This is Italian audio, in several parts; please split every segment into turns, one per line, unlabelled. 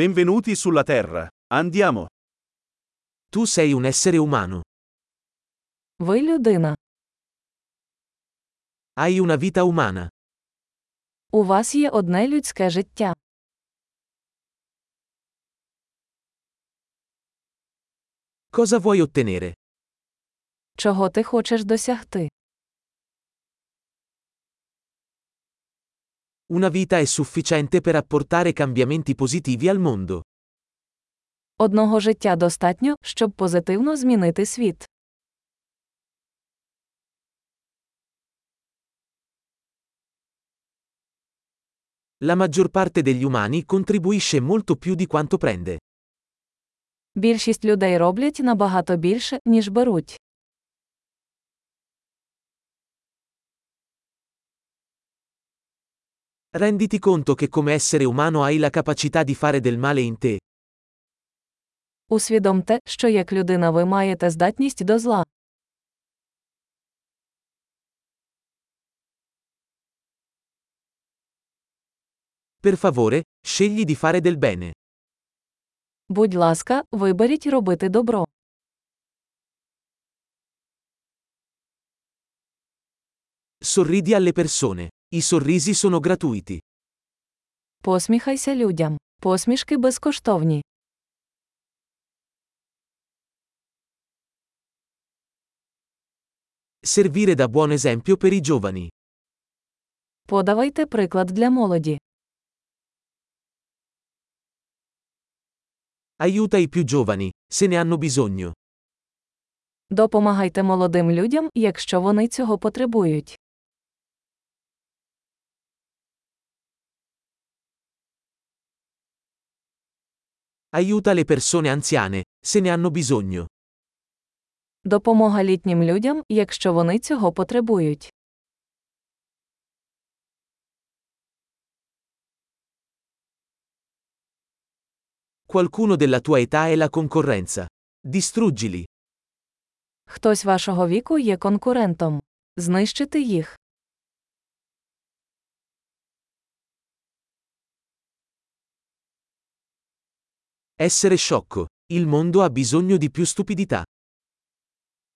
Benvenuti sulla Terra. Andiamo.
Tu sei un essere umano.
Ви людина.
Hai una vita umana.
У вас є одне людське життя.
Cosa vuoi ottenere?
Чого ти хочеш досягти?
Una vita è sufficiente per apportare cambiamenti positivi al mondo.
Одного життя достатньо, щоб позитивно змінити світ.
La maggior parte degli umani contribuisce molto più di quanto prende.
Більшість людей роблять набагато більше, ніж беруть.
Renditi conto che come essere umano hai la capacità di fare del male in te.
Усвідомте, що як людина ви маєте здатність до зла.
Per favore, scegli di fare del bene.
Будь ласка, виберіть робити добро.
Sorridi alle persone. I sorrisi sono gratuiti.
Посміхайся людям. Посмішки безкоштовні.
Servire da buon esempio per i giovani.
Подавайте приклад для молоді.
Aiuta i più giovani, se ne hanno bisogno.
Допомагайте молодим людям, якщо вони цього потребують.
Aiuta le persone anziane, se ne hanno bisogno.
Допомога літнім людям, якщо вони цього потребують.
Qualcuno della tua età è la concorrenza. Distruggili.
Хтось вашого віку є конкурентом. Знищити їх.
Essere sciocco. Il mondo ha bisogno di più stupidità.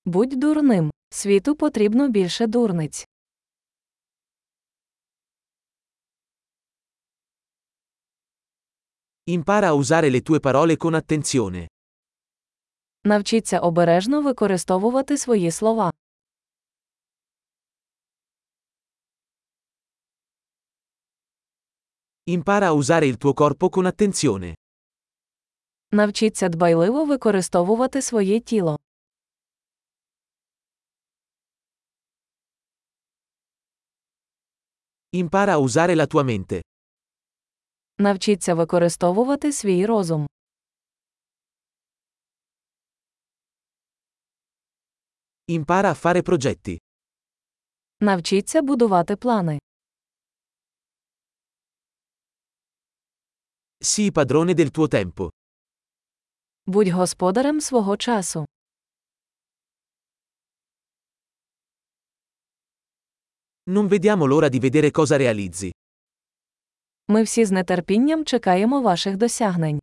Будь дурним. Світу потрібно більше дурниць.
Impara a usare le tue parole con attenzione.
Навчіться обережно використовувати свої слова.
Impara a usare il tuo corpo con attenzione.
Навчіться дбайливо використовувати своє тіло.
Impara a usare la tua mente.
Навчіться використовувати свій розум.
Impara a fare progetti.
Навчіться будувати плани.
Sii padrone del tuo tempo.
Будь господарем свого часу.
Non vediamo l'ora di vedere cosa realizzi.
Ми всі з нетерпінням чекаємо ваших досягнень.